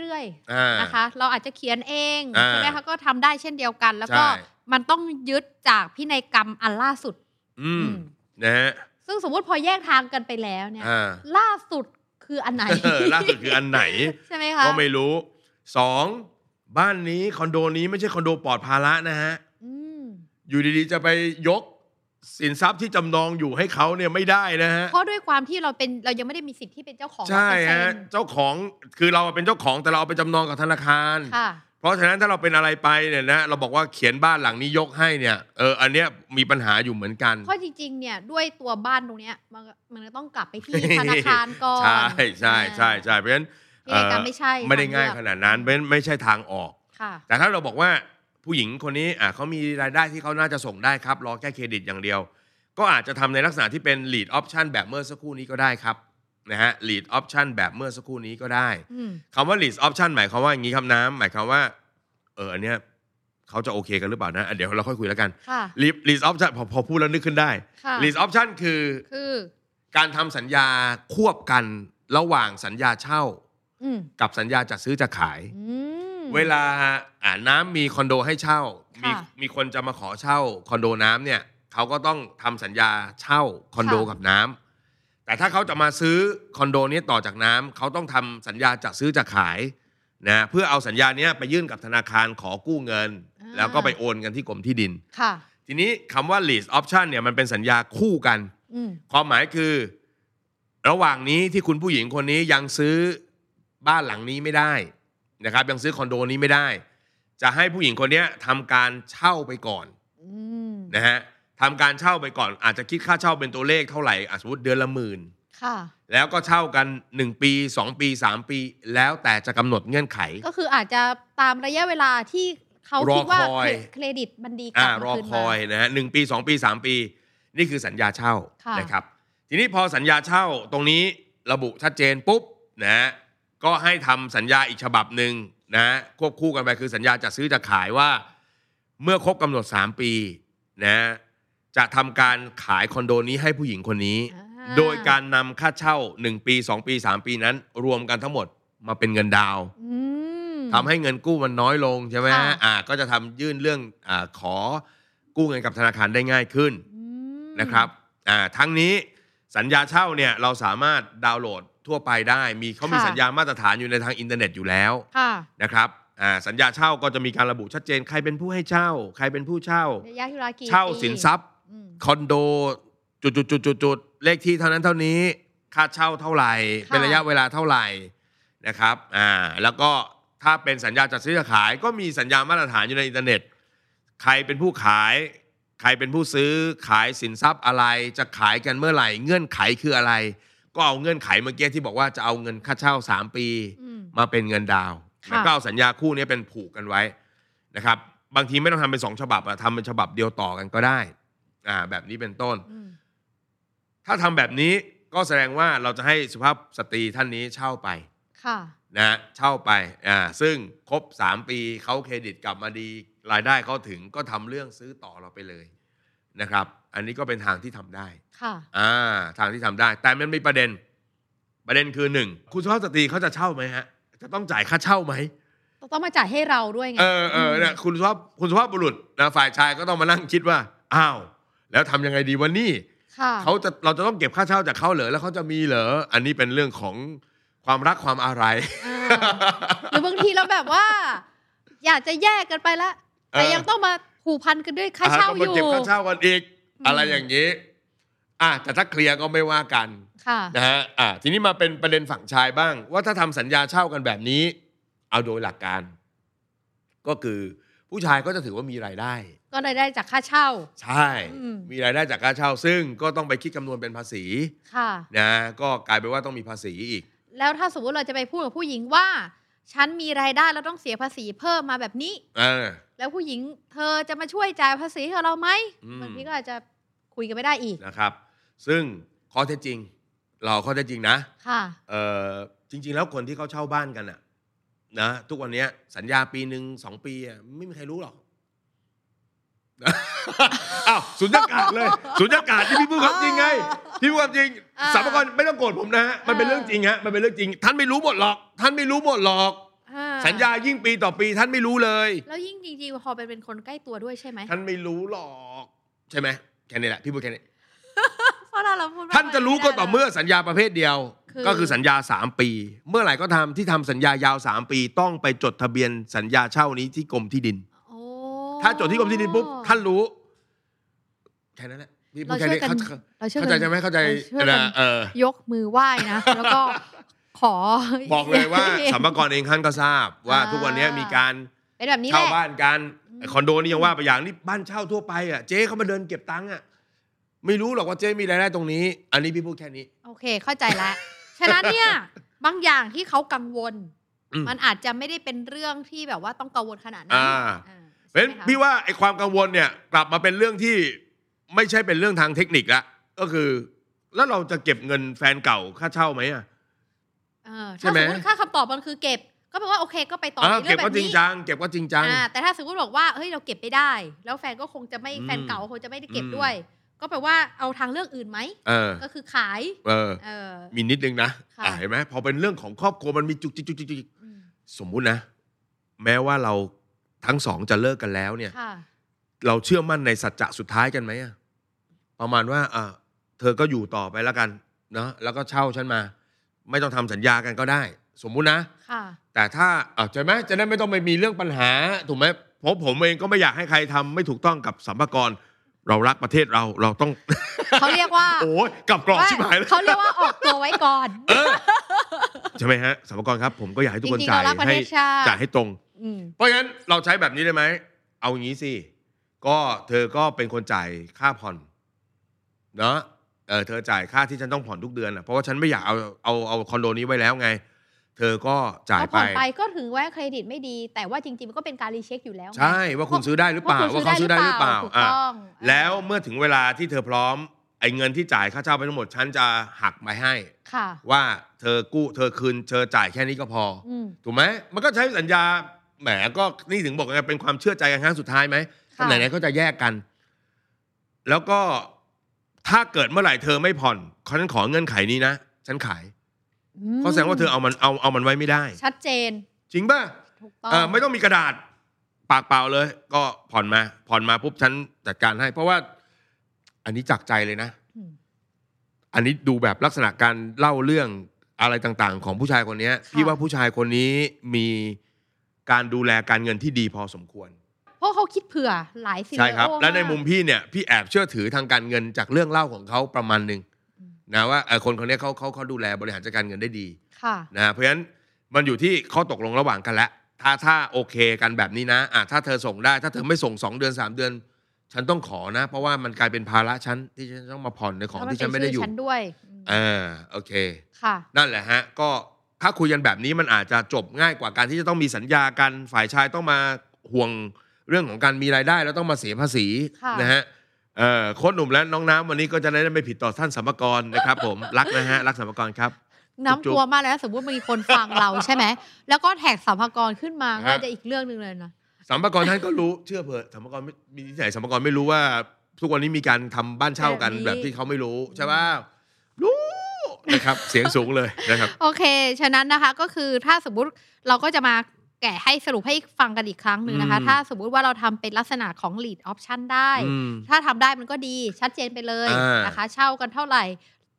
Speaker 1: เรื่อย
Speaker 2: อ่า
Speaker 1: ๆนะคะ เราอาจจะเขียนเอง
Speaker 2: อ่า
Speaker 1: ใช่ไหมคะก็ทำได้เช่นเดียวกัน แล้วก็
Speaker 2: ใช่
Speaker 1: มันต้องยึดจากพินัยกรรมอันล่าสุด
Speaker 2: อืม
Speaker 1: อืม
Speaker 2: นะฮะ
Speaker 1: ซึ่งสมมติพอแยกทางกันไปแล้วเนี่ย
Speaker 2: อ่า
Speaker 1: ล่าสุดคืออันไหน
Speaker 2: เออ ล่าสุดคืออันไหน
Speaker 1: ใช่ไหมคะ
Speaker 2: ก็ไม่รู้สองบ้านนี้คอนโดนี้ไม่ใช่คอนโดปลอดภาระนะฮะ
Speaker 1: อืม
Speaker 2: อยู่ดีๆ จะไปยกสินทรัพย์ที่จำนองอยู่ให้เขาเนี่ยไม่ได้นะฮะ
Speaker 1: เพราะด้วยความที่เราเป็นเรายังไม่ได้มีสิทธิ์ที่เป็นเจ้าของ
Speaker 2: ใช่
Speaker 1: 100%
Speaker 2: ฮะเจ้าของคือเราเป็นเจ้าของแต่เราเอาไปจำนองกับธนาคาร
Speaker 1: ค่ะ
Speaker 2: เพราะฉะนั้นถ้าเราเป็นอะไรไปเนี่ยนะเราบอกว่าเขียนบ้านหลังนี้ยกให้เนี่ยเอออันเนี้ยมีปัญหาอยู่เหมือนกัน
Speaker 1: เพราะจริงๆ เนี่ยด้วยตัวบ้านตรงเนี้ยมันมันต้องกลับไปที่ธนาคารก่อน
Speaker 2: ใช่ใช่ใช่ใช่เพราะฉะนั้น
Speaker 1: พินัยกรรมไม่ใช่
Speaker 2: ไม่ได้ง่าย
Speaker 1: ท
Speaker 2: ข
Speaker 1: เลือก
Speaker 2: นาดนั้นไม่ไม่ใช่ทางออก
Speaker 1: ค่ะ
Speaker 2: แต่ถ้าเราบอกว่าผู้หญิงคนนี้อ่ะเขามีรายได้ที่เขาน่าจะส่งได้ครับ รอแค่เครดิตอย่างเดียว ก็อาจจะทำในลักษณะที่เป็น lead option แบบเมื่อสักครู่นี้ก็ได้ครับนะฮะ lead option แบบเมื่อสักครู่นี้ก็ได้
Speaker 1: อืม
Speaker 2: คำว่า lead option หมายความว่าอย่างนี้ครับน้ำหมายความว่าเอออันเนี้ยเขาจะโอเคกันหรือเปล่านะอ่ะเดี๋ยวเราค่อยคุยแล้วกัน
Speaker 1: ค่ะ
Speaker 2: lead lead option พอพอพูดแล้วนึกขึ้นได้
Speaker 1: ค่ะ
Speaker 2: lead option คือ
Speaker 1: คือ
Speaker 2: การทำสัญญาควบกันระหว่างสัญญาเช่า
Speaker 1: อืม
Speaker 2: กับสัญญาจัดซื้อจัดขาย
Speaker 1: อืม
Speaker 2: เวลาอ่าน้ำมีคอนโดให้เช่า มี
Speaker 1: ค่ะ
Speaker 2: มีคนจะมาขอเช่าคอนโดน้ำเนี่ยเขาก็ต้องทำสัญญาเช่าคอนโด
Speaker 1: ค่ะ
Speaker 2: กับน้ำแต่ถ้าเขาจะมาซื้อคอนโดนี้ต่อจากน้ำเขาต้องทำสัญญาจัดซื้อจัดขายนะเพื่อเอาสัญญาเนี้ยไปยื่นกับธนาคารขอกู้เงิน แล้วก็ไปโอนกันที่กรมที่ดิน
Speaker 1: ค่ะ
Speaker 2: ทีนี้คำว่า lease option เนี่ยมันเป็นสัญญาคู่กัน
Speaker 1: อืม
Speaker 2: ความหมายคือ ระหว่างนี้ที่คุณผู้หญิงคนนี้ยังซื้อบ้านหลังนี้ไม่ได้นะครับ ยังซื้อคอนโดนี้ไม่ได้ จะให้ผู้หญิงคนเนี้ยทำการเช่าไปก่อน
Speaker 1: อืม
Speaker 2: นะฮะทำการเช่าไปก่อน อาจจะคิดค่าเช่าเป็นตัวเลขเท่าไหร่อ่ะสมมติเดือนละหมื่น
Speaker 1: ค่ะ
Speaker 2: แล้วก็เช่ากัน 1 ปี 2 ปี 3 ปี แล้วแต่จะกำหนดเงื่อนไข
Speaker 1: ก็คืออาจจะตามระยะเวลาที่เขา
Speaker 2: รอ
Speaker 1: คิดว่า
Speaker 2: คอย
Speaker 1: เครดิตมันดีก
Speaker 2: อ่า
Speaker 1: ลับ
Speaker 2: ร
Speaker 1: มา
Speaker 2: อ
Speaker 1: คืน
Speaker 2: ค
Speaker 1: มา
Speaker 2: อยนะฮะหนึ่งปีสองปีสามปี นี่คือสัญญาเช่า
Speaker 1: ค่ะ
Speaker 2: นะครับ ทีนี้พอสัญญาเช่าตรงนี้ระบุชัดเจนปุ๊บนะฮะก็ให้ทำสัญญาอีกฉบับหนึ่งนะฮะควบคู่กันไปคือสัญญาจะซื้อจะขายว่า เมื่อครบกำหนด 3 ปีนะฮะจะทำการขายคอนโดนี้ให้ผู้หญิงคนนี้
Speaker 1: อ่า
Speaker 2: โดยการนำค่าเช่า 1 ปี 2 ปี 3 ปีนั้น รวมกันทั้งหมดมาเป็นเงินดาวน์
Speaker 1: อืม
Speaker 2: ทำให้เงินกู้มันน้อยลงใช่ไหมฮะ
Speaker 1: ค่ะ
Speaker 2: อ่าก็จะทำยื่นเรื่องอาขอกู้เงินกับธนาคารได้ง่ายขึ้น
Speaker 1: อืม
Speaker 2: นะครับอ่าทั้งนี้สัญญาเช่าเนี่ยเราสามารถดาวน์โหลดทั่วไปได้ มีเขามีสัญญามาตรฐานอยู่ในทางอินเทอร์เน็ตอยู่แล้ว
Speaker 1: ค่ะ
Speaker 2: นะครับอ่าสัญญาเช่าก็จะมีการระบุชัดเจนใครเป็นผู้ให้เช่า ใครเป็นผู้เช่า
Speaker 1: ระยะเวลากี่
Speaker 2: เช่า
Speaker 1: ปี
Speaker 2: สินทรัพย์
Speaker 1: อืม
Speaker 2: คอนโดจุดจุดจุดจุดจุดเลขที่เท่านั้นเท่านี้ ค่าเช่าเท่าไหร่
Speaker 1: ค่ะ
Speaker 2: เป็นระยะเวลาเท่าไหร่นะครับอ่าแล้วก็ถ้าเป็นสัญญาจัดซื้อจัดขาย ก็มีสัญญามาตรฐานอยู่ในอินเทอร์เน็ต ใครเป็นผู้ขาย ใครเป็นผู้ซื้อขายสินทรัพย์อะไร จะขายกันเมื่อไหร่ เงื่อนไขคืออะไร ก็เอาเงื่อนไขเมื่อกี้ที่บอกว่าจะเอาเงินค่าเช่า 3 ปี
Speaker 1: อืม
Speaker 2: มาเป็นเงินดาวน์
Speaker 1: ค่ะ
Speaker 2: แล้วก็เอาสัญญาคู่นี้เป็นผูกกันไว้นะครับ บางทีไม่ต้องทำเป็นสองฉบับอะทำเป็นฉบับเดียวต่อกันก็ได้อ่าแบบนี้เป็นต้น
Speaker 1: อืม
Speaker 2: ถ้าทำแบบนี้ก็แสดงว่าเราจะให้สุภาพสตรีท่านนี้เช่าไป
Speaker 1: ค่ะ
Speaker 2: นะเช่าไปอ่าซึ่งครบ 3 ปีเขาเครดิตกลับมาดีรายได้เขาถึงก็ทำเรื่องซื้อต่อเราไปเลยนะครับ อันนี้ก็เป็นทางที่ทำได้
Speaker 1: ค่ะ
Speaker 2: อ่าทางที่ทำได้ แต่มันมีประเด็น ประเด็นคือหนึ่งคุณสุภาพสตรีเขาจะเช่าไหมฮะจะต้องจ่ายค่าเช่าไหม
Speaker 1: ต้องมาจ่ายให้เราด้วยไง
Speaker 2: เออเออเนี่ยคุณสุภาพคุณสุภาพบุรุษนะฝ่ายชายก็ต้องมานั่งคิดว่า อ้าว แล้วทำยังไงดีวันนี้
Speaker 1: ค่ะ
Speaker 2: เขาจะเราจะต้องเก็บค่าเช่าจากเขาเหรอแล้วเขาจะมีเหรออันนี้เป็นเรื่องของความรักความอะไร
Speaker 1: อ่าหรือบางทีเราแบบว่า อยากจะแยกกันไปละ
Speaker 2: เอ
Speaker 1: แต่
Speaker 2: อ
Speaker 1: ยังต้องมาผูกพันกันด้วยค่าเช่า
Speaker 2: ก็
Speaker 1: อ
Speaker 2: มา
Speaker 1: ยู่
Speaker 2: เก็บค่าเช่ากันอีก
Speaker 1: อืม
Speaker 2: อะไรอย่างนี้อ่ะแต่ถ้าเคลียร์ก็ไม่ว่ากัน
Speaker 1: ค่ะ
Speaker 2: นะฮะอ่ะทีนี้มาเป็นประเด็นฝั่งชายบ้าง ว่าถ้าทำสัญญาเช่ากันแบบนี้ เอาโดยหลักการ ก็คือผู้ชายก็จะถือว่ามีรายได้
Speaker 1: ก็รายได้จากค่าเช่า
Speaker 2: ใช่
Speaker 1: อืม
Speaker 2: มีรายได้จากค่าเช่า ซึ่งก็ต้องไปคิดคำนวณเป็นภาษี
Speaker 1: ค่ะ
Speaker 2: นะ ก็กลายเป็นว่าต้องมีภาษีอีก
Speaker 1: แล้วถ้าสมมติเราจะไปพูดกับผู้หญิงว่า ฉันมีรายได้แล้วต้องเสียภาษีเพิ่มมาแบบนี้
Speaker 2: เออ
Speaker 1: แล้วผู้หญิงเธอจะมาช่วยจ่ายภาษีให้เราไหม
Speaker 2: อืม
Speaker 1: บางทีก็อาจจะคุยกันไม่ได้อีก
Speaker 2: นะครับ ซึ่งข้อเท็จจริง เราข้อเท็จจริงนะ
Speaker 1: ค่ะ
Speaker 2: เออจริง ๆ แล้วคนที่เขาเช่าบ้านกันอะนะ ทุกวันเนี้ยสัญญาปีหนึ่งสองปีอะไม่มีใครรู้หรอก อ้าวสุญญากาศเลย สุญญากาศที่พี่พูดความจริงไงพี่พูดความจริง
Speaker 1: อ่า
Speaker 2: สามกรไม่ต้องโกรธผมนะฮะมันเป็นเรื่องจริงฮะมันเป็นเรื่องจริง ท่านไม่รู้หมดหรอก ท่านไม่รู้หมดหรอก
Speaker 1: า
Speaker 2: สัญญายิ่งปีต่อปีท่านไม่รู้เลย
Speaker 1: แล้วยิ่งจริงๆพอเป็นเป็นคนใกล้ตัวด้วยใช่ไหม
Speaker 2: ท่านไม่รู้หรอก ใช่ไหมแค่นี้แหละพี่พูดแค่นี้
Speaker 1: เพราะเราพูดว่
Speaker 2: ท่านจะรู้ก็ต่อเมื่อสัญญาประเภทเดียว
Speaker 1: คือ
Speaker 2: ก็คือสัญญา 3 ปี เมื่อไหร่ก็ตามที่ทำสัญญายาว 3 ปี ต้องไปจดทะเบียนสัญญาเช่านี้ที่กรมที่ดิน
Speaker 1: โอ้
Speaker 2: ถ้าจดที่กรมที่ดินปุ๊บท่านรู้แค่นั้นแหละพี่พูดแค่นี้
Speaker 1: เราช่วยกัน
Speaker 2: เข้า
Speaker 1: เราช่วยกัน
Speaker 2: เข้าใจใช่ไหมเข้าใจ
Speaker 1: เราช่วยกัน
Speaker 2: นะเออ
Speaker 1: ยกมือไหว้นะ แล้วก็ขอ
Speaker 2: บอกเลย ว่าสัมภากรเองท่านก็ทราบว่า
Speaker 1: อ่า
Speaker 2: ทุกวันนี้มีการ
Speaker 1: เป็นแบบนี้แห
Speaker 2: เช่า
Speaker 1: ละ
Speaker 2: บ้านกัน
Speaker 1: อืม
Speaker 2: ไอ้คอนโดนี่ยังว่าไปอย่างนี่บ้านเช่าทั่วไปอ่ะเจ๊เขามาเดินเก็บตังค์อ่ะไม่รู้หรอกว่าเจ๊มีรายได้ตรงนี้ อันนี้พี่พูดแค่นี้
Speaker 1: โอเค เข้าใจแล้ว ฉะนั้นเนี่ย บางอย่างที่เขากังวล
Speaker 2: อืม
Speaker 1: มันอาจจะไม่ได้เป็นเรื่องที่แบบว่าต้องกังวลขนาดนั้
Speaker 2: อ่
Speaker 1: นา อ่า
Speaker 2: เพราะฉะ
Speaker 1: ใช่
Speaker 2: นั้น
Speaker 1: ไหมคะ
Speaker 2: พี่ว่าไอ้ความกังวลเนี่ยกลับมาเป็นเรื่องที่ไม่ใช่เป็นเรื่องทางเทคนิคละก็คือ แล้วเราจะเก็บเงินแฟนเก่าค่าเช่าไหมอ่ะ
Speaker 1: เออ
Speaker 2: ใช่
Speaker 1: ถ้า
Speaker 2: ไหม
Speaker 1: สมมติค่าคำตอบมันคือเก็บ ก็แปลว่าโอเคก็ไปต่อ
Speaker 2: อ่า
Speaker 1: ในเรื่อบ ง
Speaker 2: เก็
Speaker 1: แบ
Speaker 2: ก็
Speaker 1: บ
Speaker 2: จริง
Speaker 1: นี้
Speaker 2: จังเก็บก็จริงจัง
Speaker 1: อ่าแต่ถ้าสมมติบอกว่าเฮ้ยเราเก็บไม่ได้ แล้วแฟนก็คงจะไม่
Speaker 2: อืม
Speaker 1: แฟนเก่าคงจะไม่ได้เก็บ
Speaker 2: อืม
Speaker 1: ด้วย ก็แปลว่าเอาทางเลือกอื่นไหม
Speaker 2: เออ
Speaker 1: ก็คือขาย
Speaker 2: เออ
Speaker 1: เออ
Speaker 2: มีนิดนึงนะ
Speaker 1: ค่ะ
Speaker 2: อ่าเห็นไหมพอเป็นเรื่องของครอบครัวมันมีจุกจิกจุกจิกจุกจิก
Speaker 1: อืม
Speaker 2: สมมุตินะ แม้ว่าเราทั้งสองจะเลิกกันแล้วเนี่ย
Speaker 1: ค่ะ
Speaker 2: เราเชื่อมั่นในสัจจะสุดท้ายกันไหมอะประมาณว่าอ่าเธอก็อยู่ต่อไปแล้วกันเนาะแล้วก็เช่าฉันมา ไม่ต้องทำสัญญากันก็ได้ สมมุตินะ
Speaker 1: ค่ะ
Speaker 2: แต่ถ้าเอาใช่ไหมจะได้ไม่ต้องไปมีเรื่องปัญหา ถูกไหมเพราะผมเองก็ไม่อยากให้ใครทำไม่ถูกต้องกับสัมภากรเรารักประเทศเราเราต้อง
Speaker 1: เขาเรียกว่า
Speaker 2: โอ้ยกลับกรอบ
Speaker 1: ว่า
Speaker 2: ชิบหายเลย
Speaker 1: เขาเรียกว่าออกตัวไว้ก่อน
Speaker 2: ใช่ไหมฮะสัมภากรครับ ผมก็อยากให้ทุกคน
Speaker 1: จริงๆ
Speaker 2: จ่าย
Speaker 1: เรารักประ
Speaker 2: ให้
Speaker 1: เทศชาติ
Speaker 2: จ่ายให้ตรง
Speaker 1: อืม
Speaker 2: เพราะงั้นเราใช้แบบนี้ได้ไหม เอาอย่างนี้สิ ก็เธอก็เป็นคนจ่ายค่าผ่อนเนาะเออเธอจ่ายค่าที่ฉันต้องผ่อนทุกเดือนอ่ะเพราะว่าฉันไม่อยากเอาเอาเอาคอนโดนี้ไว้แล้วไง เธอก็จ่าย
Speaker 1: ก็
Speaker 2: ไป
Speaker 1: ผ่อนไปก็ถึงว่าเครดิตไม่ดี แต่ว่าจริงๆมันก็เป็นการรีเช็คอยู่แล้วไง
Speaker 2: ใช่ว่าคุณซื้อได้หรือเปล่าว่าเขาซื้อได้หรือเปล่า
Speaker 1: ถูก
Speaker 2: อ่ะ
Speaker 1: ต้อง
Speaker 2: แล้วเมื่อถึงเวลาที่เธอพร้อมไอ้เงินที่จ่ายค่าเช่าไปทั้งหมดฉันจะหักไปให้
Speaker 1: ค่ะ
Speaker 2: ว่าเธอกู้เธอคืนเธอจ่ายแค่นี้ก็พออ
Speaker 1: อืม
Speaker 2: ถูกไหมมันก็ใช้สัญญาแหมก็นี่ถึงบอกไงเป็นความเชื่อใจกันครั้งสุดท้ายไหม
Speaker 1: ค่ะ
Speaker 2: ถ้าไหนๆก็จะแยกกัน แล้วก็ถ้าเกิดเมื่อไหร่เธอไม่ผ่อนฉันขอเงื่อนไขนี้นะฉันขายเพราะแสดงว่าเธอเอามันเอาเอามันไว้ไม่ได้
Speaker 1: ชัดเจน
Speaker 2: จริงป่ะ
Speaker 1: ถูกต้อง
Speaker 2: เออไม่ต้องมีกระดาษปากเปล่าเลย ก็ผ่อนมา ผ่อนมาปุ๊บฉันจัดการให้ เพราะว่าอันนี้จากใจเลยนะ
Speaker 1: อืม
Speaker 2: อันนี้ดูแบบลักษณะการเล่าเรื่องอะไรต่างๆ ของผู้ชายคนเนี้ย
Speaker 1: ค่ะ
Speaker 2: พี่ว่าผู้ชายคนนี้มีการดูแลการเงินที่ดีพอสมควร
Speaker 1: เพราะเขาคิดเผื่อหลายสิ่ง
Speaker 2: ใช่ครับ และในมุม
Speaker 1: มาก
Speaker 2: พี่เนี่ยพี่แอบเชื่อถือทางการเงินจากเรื่องเล่าของเขาประมาณหนึ่ง
Speaker 1: อืม
Speaker 2: นะว่าเอ่อคนคนเนี้ยเขาเขาเขาดูแลบริหารจัดการเงินได้ดี
Speaker 1: ค่ะ
Speaker 2: นะเพราะฉะนั้นมันอยู่ที่ข้อตกลงระหว่างกันแล้วถ้าถ้าโอเคกันแบบนี้นะอ่ะถ้าเธอส่งได้ ถ้าเธอไม่ส่งสอง2เดือนสามเดือน ฉันต้องขอนะ เพราะว่ามันกลายเป็นภาระฉันที่ฉันต้องมาผ่อนในของ
Speaker 1: แล้ว
Speaker 2: ที่ฉันไม่ได้อยู่
Speaker 1: เป็ชื่ฉันด้วยอืม
Speaker 2: อ่าโอเค
Speaker 1: ค่ะ
Speaker 2: นั่นแหละฮะ ก็ถ้าคุยกันแบบนี้มันอาจจะจบง่ายกว่าการที่จะต้องมีสัญญากันฝ่ายชายต้องมาห่วงเรื่องของการมีรายได้ แล้วต้องมาเสียภาษี
Speaker 1: ค่ะ
Speaker 2: นะฮะเอ่อโค้ชหนุ่มและน้องน้ำวันนี้ก็จะได้ไม่ผิดต่อท่านสัมภากรนะครับ ผมรักนะฮะรักสัมภากรครับ
Speaker 1: น้ำกลัวมากแล้วสมมติมีคนฟังเราใช่ไหมแล้วก็แท็กสัมภากรขึ้นมาก็
Speaker 2: ฮะ
Speaker 1: จะอีกเรื่องหนึ่งเลยนะ
Speaker 2: สัมภากระท่านก็รู้ เชื่อเผอะสัมภากระไม่มีที่ไหนสัมภากระไม่รู้ว่า ทุกวันนี้มีการทำบ้านเช่ากัน
Speaker 1: แบ
Speaker 2: แบบ บ
Speaker 1: นี้
Speaker 2: ที่เขาไม่รู้ใช่ป่ะรู้นะครับ เสียงสูงเลยนะครับ
Speaker 1: โอเค ฉะนั้นนะคะก็คือถ้าสมมุติเราก็จะมาแกะให้สรุปให้ฟังกันอีกครั้งหนึ่งนะคะ
Speaker 2: อืม
Speaker 1: ถ้าสมมุติว่าเราทำเป็นลักษณะของ lead option ได้
Speaker 2: อืม
Speaker 1: ถ้าทำได้มันก็ดีชัดเจนไปเลย
Speaker 2: อ่าน
Speaker 1: นะคะ เช่ากันเท่าไหร่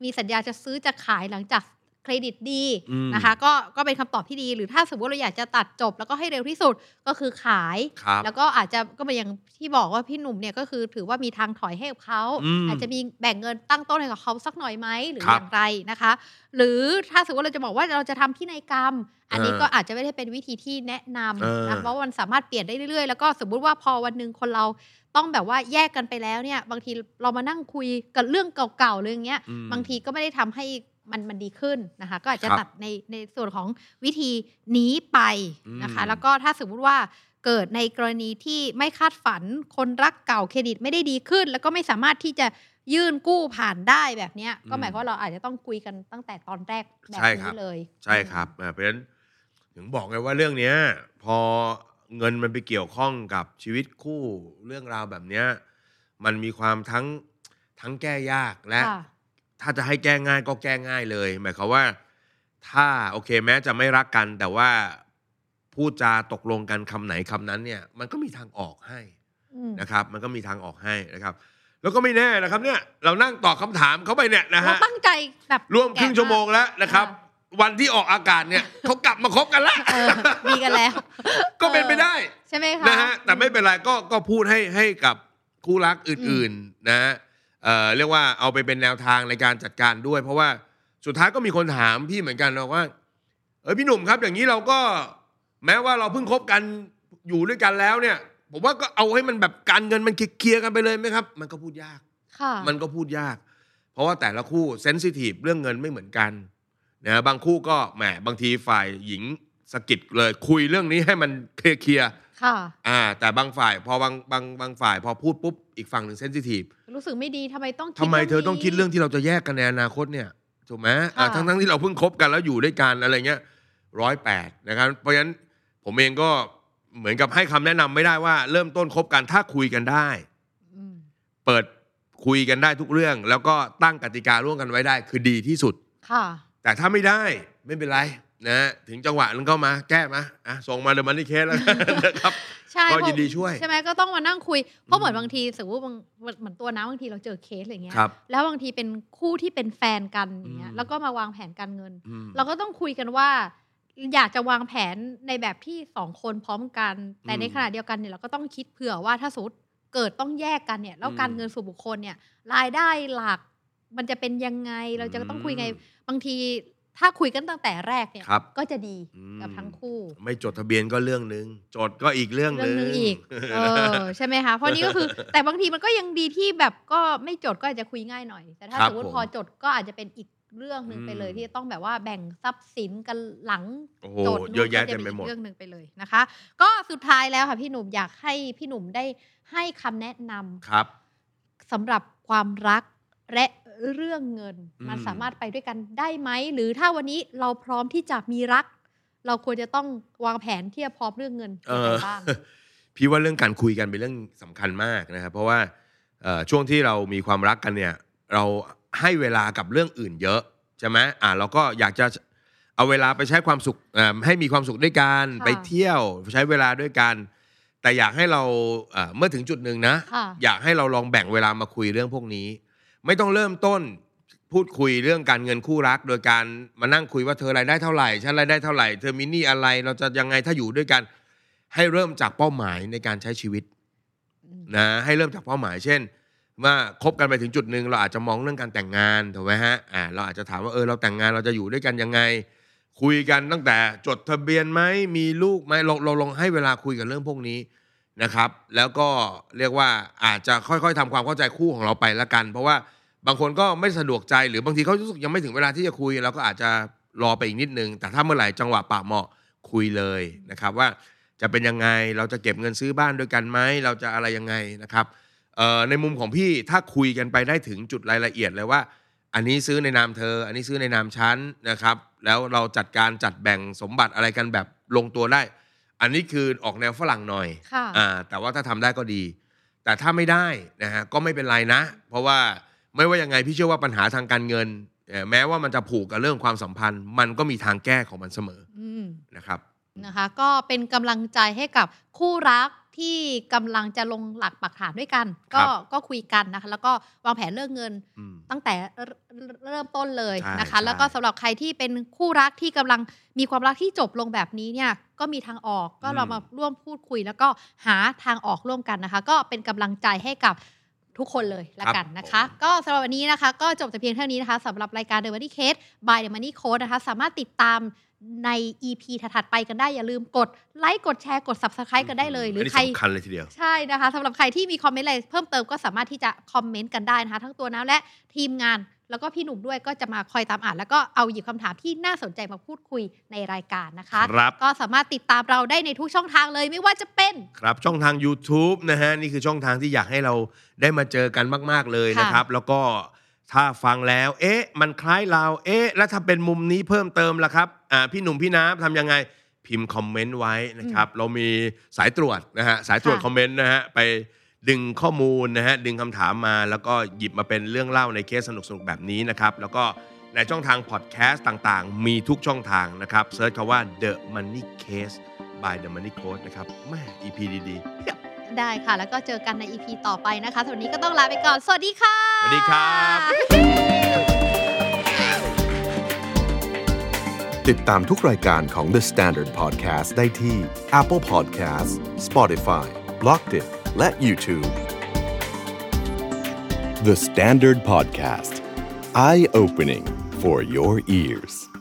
Speaker 1: มีสัญญาจะซื้อจะขายหลังจากเครดิตดี
Speaker 2: อืม
Speaker 1: นะคะ ก็ก็เป็นคำตอบที่ดี หรือถ้าสมมติเราอยากจะตัดจบแล้วก็ให้เร็วที่สุดก็คือขาย
Speaker 2: ครับ
Speaker 1: แล้วก็อาจจะก็เป็นอย่างที่บอกว่าพี่หนุ่มเนี่ยก็คือถือว่ามีทางถอยให้กับเขา
Speaker 2: อืม
Speaker 1: จจะมีแบ่งเงินตั้งต้นให้กับเขาสักหน่อยไหมหรือ
Speaker 2: ครับ
Speaker 1: อย่างไรนะคะ หรือถ้าสมมติว่าเราจะบอกว่าเราจะทำพินัยกรรม อันนี้
Speaker 2: เออ
Speaker 1: ก็อาจจะไม่ได้เป็นวิธีที่แนะนำนะ
Speaker 2: เออ
Speaker 1: เพราะมันสามารถเปลี่ยนได้เรื่อยๆ แล้วก็สมมุติว่าพอวันหนึ่งคนเราต้องแบบว่าแยกกันไปแล้วเนี่ย บางทีเรามานั่งคุยกับเรื่องเก่าๆเรื่องเนี้ย
Speaker 2: อืม
Speaker 1: บางทีก็ไม่ได้ทำให้มันมันดีขึ้นนะคะ ก็อาจจะ
Speaker 2: ครับ
Speaker 1: ตัดในในส่วนของวิธีนี้ไปนะคะ
Speaker 2: อืม
Speaker 1: แล้วก็ถ้าสมมุติว่าเกิดในกรณีที่ไม่คาดฝันคนรักเก่าเครดิตไม่ได้ดีขึ้น แล้วก็ไม่สามารถที่จะยื่นกู้ผ่านได้แบบเนี้ย ก็หมายความว่าเราอาจจะต้องคุยกันตั้งแต่ตอนแรกแบบนี้เลย
Speaker 2: ใช่ครับอ่าเพราะฉะนั้นถึงบอกไงว่าเรื่องเนี้ย พอเงินมันไปเกี่ยวข้องกับชีวิตคู่เรื่องราวแบบเนี้ยมันมีความทั้งทั้งแก้ยากและ
Speaker 1: ค่ะ
Speaker 2: ถ้าจะให้แก้ง่ายก็แก้ง่ายเลย หมายความว่า ถ้าโอเคแม้จะไม่รักกัน แต่ว่าพูดจาตกลงกันคำไหนคำนั้นเนี่ย มันก็มีทางออกให้
Speaker 1: อืม
Speaker 2: นะครับ มันก็มีทางออกให้นะครับ แล้วก็ไม่แน่นะครับเนี่ย เรานั่งตอบคำถามเขาไปเนี่ยนะ
Speaker 1: เรา
Speaker 2: ฮะ
Speaker 1: ตั้งใจแบบ
Speaker 2: ร่วมครึ่ง
Speaker 1: แกะา
Speaker 2: ชั่วโมงแล้วนะครับ
Speaker 1: ค่
Speaker 2: วันที่ออกอากาศเนี่ย เขากลับมาคบกันแล้ว
Speaker 1: เออมีกันแล้ว
Speaker 2: ก็เป็นไปได้
Speaker 1: ใช่ไหมคะ
Speaker 2: นะฮะแต่ไม่เป็นไรก็ก็พูดให้ให้กับคู่รักอื่นๆนะฮะเอ่อเรียกว่าเอาไปเป็นแนวทางในการจัดการด้วย เพราะว่าสุดท้ายก็มีคนถามพี่เหมือนกันนะว่า เออพี่หนุ่มครับ อย่างนี้เราก็แม้ว่าเราเพิ่งคบกันอยู่ด้วยกันแล้วเนี่ย ผมว่าก็เอาให้มันแบบการเงินมันเคลียร์ๆกันไปเลยไหมครับ มันก็พูดยาก
Speaker 1: ค่ะ
Speaker 2: มันก็พูดยาก เพราะว่าแต่ละคู่เซนซิทีฟเรื่องเงินไม่เหมือนกัน นะบางคู่ก็แหมบางทีฝ่ายหญิงสะกิดเลยคุยเรื่องนี้ให้มันเคลียร์
Speaker 1: ค่ะ
Speaker 2: ๆอ่า แต่บางฝ่ายพอบางบางบางฝ่ายพอพูดปุ๊บอีกฝั่งหนึ่งเซนซิทีฟ
Speaker 1: รู้สึกไม่ดีทำไมต้องคิด
Speaker 2: ทำไม
Speaker 1: รื่นี้
Speaker 2: เธอต้องคิดเรื่องที่เราจะแยกกันในอนาคตเนี่ยถูกไหม
Speaker 1: ค่ะ
Speaker 2: ทั้งทั้งๆที่เราเพิ่งคบกันแล้วอยู่ด้วยกันอะไรเงี้ยร้อยแปดนะครับ เพราะฉะนั้นผมเองก็เหมือนกับให้คำแนะนำไม่ได้ว่าเริ่มต้นคบกันถ้าคุยกันได้
Speaker 1: อืม
Speaker 2: เปิดคุยกันได้ทุกเรื่อง แล้วก็ตั้งกติการ่วมกันไว้ได้ คือดีที่สุด
Speaker 1: ค่ะ
Speaker 2: แต่ถ้าไม่ได้ไม่เป็นไรนะถึงจังหวะนั้นก็มาแก้มาอ่ะส่งมาเดอะมันนี่เคสแล้ว กันนะครับ
Speaker 1: ใช่เพ
Speaker 2: ก็
Speaker 1: ราะ
Speaker 2: ยินดีช่วย
Speaker 1: ใช่ไหมก็ต้องมานั่งคุย เพ
Speaker 2: อืม
Speaker 1: ราะเหมือนบางทีสมมติบางเหมือนตัวนะบางทีเราเจอเคสอะไรเงี้ย
Speaker 2: ครับ
Speaker 1: แล้วบางทีเป็นคู่ที่เป็นแฟนกันอย่างเงี้
Speaker 2: อื
Speaker 1: ย
Speaker 2: ม
Speaker 1: แล้วก็มาวางแผนการเงิน
Speaker 2: อืม
Speaker 1: เราก็ต้องคุยกันว่า อยากจะวางแผนในแบบที่สองคนพร้อมกัน แต่
Speaker 2: อืม
Speaker 1: ในขณะเดียวกันเนี่ยเราก็ต้องคิดเผื่อว่าถ้าสมมติเกิดต้องแยกกันเนี่ยแล้วการ
Speaker 2: อืม
Speaker 1: เงินส่วนบุคคลเนี่ยรายได้หลักมันจะเป็นยังไงเราจะต้องคุยไงบางทีถ้าคุยกันตั้งแต่แรกเนี่ย
Speaker 2: ครับ
Speaker 1: ก็จะดี
Speaker 2: อืม
Speaker 1: กับทั้งคู่
Speaker 2: ไม่จดทะเบียนก็เรื่องหนึงจดก็อีกเรื่อง
Speaker 1: เรื่อง
Speaker 2: ห
Speaker 1: นึ
Speaker 2: นึ
Speaker 1: ง
Speaker 2: ง
Speaker 1: อีก เออ ใช่ไหมคะ เพราะนี่ก็ คือ แต่บางทีมันก็ยังดีที่แบบก็ไม่จดก็อาจจะคุยง่ายหน่อย แต่ถ้า
Speaker 2: ครั
Speaker 1: ส
Speaker 2: บ
Speaker 1: มมติ
Speaker 2: ผม
Speaker 1: พอจดก็อาจจะเป็นอีกเรื่องหนึ่งไปเลย
Speaker 2: อืม
Speaker 1: ที่จะต้องแบบว่าแบ่งทรัพย์สินกันหลัง
Speaker 2: โอ้โห
Speaker 1: จด
Speaker 2: เยอะแยะ
Speaker 1: ก็
Speaker 2: เต็มไปหมด
Speaker 1: เรื่องหนึ่งไปเลยนะคะ ก็สุดท้ายแล้วค่ะพี่หนุ่มอยากให้พี่หนุ่มได้ให้คำแนะนำ
Speaker 2: ครับ
Speaker 1: สำหรับความรักและเรื่องเงิน มัน
Speaker 2: อืม
Speaker 1: สามารถไปด้วยกันได้ไหมหรือถ้าวันนี้เราพร้อมที่จะมีรัก เราควรจะต้องวางแผนที่จะพร้อมเรื่องเงิน
Speaker 2: เอ
Speaker 1: ยังไง
Speaker 2: อ
Speaker 1: บ้าง
Speaker 2: พี่ว่าเรื่องการคุยกันเป็นเรื่องสำคัญมากนะครับ เพราะว่าเอ่อช่วงที่เรามีความรักกันเนี่ย เราให้เวลากับเรื่องอื่นเยอะใช่ไหมอ่าเราก็อยากจะเอาเวลาไปใช้ความสุขเอ่อให้มีความสุขด้วยกัน
Speaker 1: ค่ะ
Speaker 2: ไปเที่ยวใช้เวลาด้วยกัน แต่อยากให้เราเอ่อเมื่อถึงจุดหนึ่งนะ
Speaker 1: ค่ะ
Speaker 2: อยากให้เราลองแบ่งเวลามาคุยเรื่องพวกนี้ ไม่ต้องเริ่มต้นพูดคุยเรื่องการเงินคู่รัก โดยการมานั่งคุยว่าเธอรายได้เท่าไหร่ฉันรายได้เท่าไหร่เธอมีหนี้อะไรเราจะยังไงถ้าอยู่ด้วยกัน ให้เริ่มจากเป้าหมายในการใช้ชีวิต
Speaker 1: อืม
Speaker 2: นะให้เริ่มจากเป้าหมาย เช่นว่าคบกันไปถึงจุดหนึ่งเราอาจจะมองเรื่องการแต่งงานถูกไหมฮะอ่าเราอาจจะถามว่าเออเราแต่งงานเราจะอยู่ด้วยกันยังไง คุยกันตั้งแต่จดทะเบียนไหมมีลูกไหมเราเราลองให้เวลาคุยกับเรื่องพวกนี้ นะครับแล้วก็เรียกว่าอาจจะค่อยๆทำความเข้าใจคู่ของเราไปละกัน เพราะว่าบางคนก็ไม่สะดวกใจหรือบางทีเขารู้สึกยังไม่ถึงเวลาที่จะคุยเราก็อาจจะรอไปอีกนิดนึง แต่ถ้าเมื่อไหร่จังหวะปากเหมาะคุยเลยนะครับว่าจะเป็นยังไงเราจะเก็บเงินซื้อบ้านด้วยกันไหมเราจะอะไรยังไงนะครับเอ่อในมุมของพี่ถ้าคุยกันไปได้ถึงจุดรายละเอียดเลยว่า อันนี้ซื้อในนามเธอ อันนี้ซื้อในนามฉันนะครับ แล้วเราจัดการจัดแบ่งสมบัติอะไรกันแบบลงตัวได้ อันนี้คือออกแนวฝรั่งหน่อย
Speaker 1: ค่ะ
Speaker 2: อ่าแต่ว่าถ้าทำได้ก็ดี แต่ถ้าไม่ได้นะฮะก็ไม่เป็นไรนะ เพราะว่าไม่ว่ายังไงพี่เชื่อว่าปัญหาทางการเงินเอ่อแม้ว่ามันจะผูกกับเรื่องความสัมพันธ์ มันก็มีทางแก้ของมันเสมอ
Speaker 1: อืม
Speaker 2: นะครับ
Speaker 1: นะคะก็เป็นกำลังใจให้กับคู่รักที่กำลังจะลงหลักปักฐานด้วยกัน
Speaker 2: ครั
Speaker 1: ก็
Speaker 2: บ
Speaker 1: ก็คุยกันนะคะ แล้วก็วางแผนเรื่องเงิน
Speaker 2: อืม
Speaker 1: ตั้งแต่เริ่มเริ่มต้นเลย
Speaker 2: ใช่
Speaker 1: นะคะ
Speaker 2: ใช่
Speaker 1: แล้วก็สำหรับใครที่เป็นคู่รักที่กำลังมีความรักที่จบลงแบบนี้เนี่ยก็มีทางออกก็
Speaker 2: อืม
Speaker 1: เรามาร่วมพูดคุย แล้วก็หาทางออกร่วมกันนะคะ ก็เป็นกำลังใจให้กับทุกคนเลยละกันนะคะ ก็สำหรับวันนี้นะคะ ก็จบแต่เพียงเท่านี้นะคะสำหรับรายการ The Money Case by The Money Code นะคะ สามารถติดตามใน EP ถัดๆไปกันได้ อย่าลืมกดไลค์กดแชร์กด Subscribe กันได้เลย หรือน
Speaker 2: นี้
Speaker 1: ใคร
Speaker 2: สำคัญเลยทีเดียว
Speaker 1: ใช่นะคะสำหรับใครที่มีคอมเมนต์อะไรเพิ่มเติมก็สามารถที่จะคอมเมนต์กันได้นะคะ ทั้งตัวน้ำและทีมงานแล้วก็พี่หนุ่มด้วยก็จะมาคอยตามอ่าน แล้วก็เอาหยิบคำถามที่น่าสนใจมาพูดคุยในรายการนะคะ
Speaker 2: ครับ
Speaker 1: ก็สามารถติดตามเราได้ในทุกช่องทางเลยไม่ว่าจะเป็น
Speaker 2: ครับช่องทาง YouTube นะฮะนี่คือช่องทางที่อยากให้เราได้มาเจอกันมาก ๆ เลยนะครับ แล้วก็ถ้าฟังแล้ว เอ๊ะ มันคล้ายเรา เอ๊ะ แล้วถ้าเป็นมุมนี้เพิ่มเติมล่ะครับอ่าพี่หนุ่มพี่น้ำทำยังไงพิมพ์คอมเมนต์ไว้นะครับ เรามีสายตรวจนะฮะสายตรวจ
Speaker 1: ค่ะ
Speaker 2: คอมเมนต์นะฮะไปดึงข้อมูลนะฮะดึงคำถามมา แล้วก็หยิบมาเป็นเรื่องเล่าในเคสสนุกๆแบบนี้นะครับแล้วก็ในช่องทางพอดแคสต์ต่างๆ มีทุกช่องทางนะครับเซิร์ชคำว่า The Money Case by The Money Code นะครับแม่ EP ดีๆ
Speaker 1: ได้ค่ะ แล้วก็เจอกันใน EP ต่อไปนะคะสำหรับวันนี้ก็ต้องลาไปก่อน สวัสดีค่ะ
Speaker 2: สวัสดีครับ
Speaker 3: ติดตามทุกรายการของ The Standard Podcast ได้ที่ Apple Podcasts, Spotify, Blockdit และ YouTube The Standard Podcast Eye Opening for Your Ears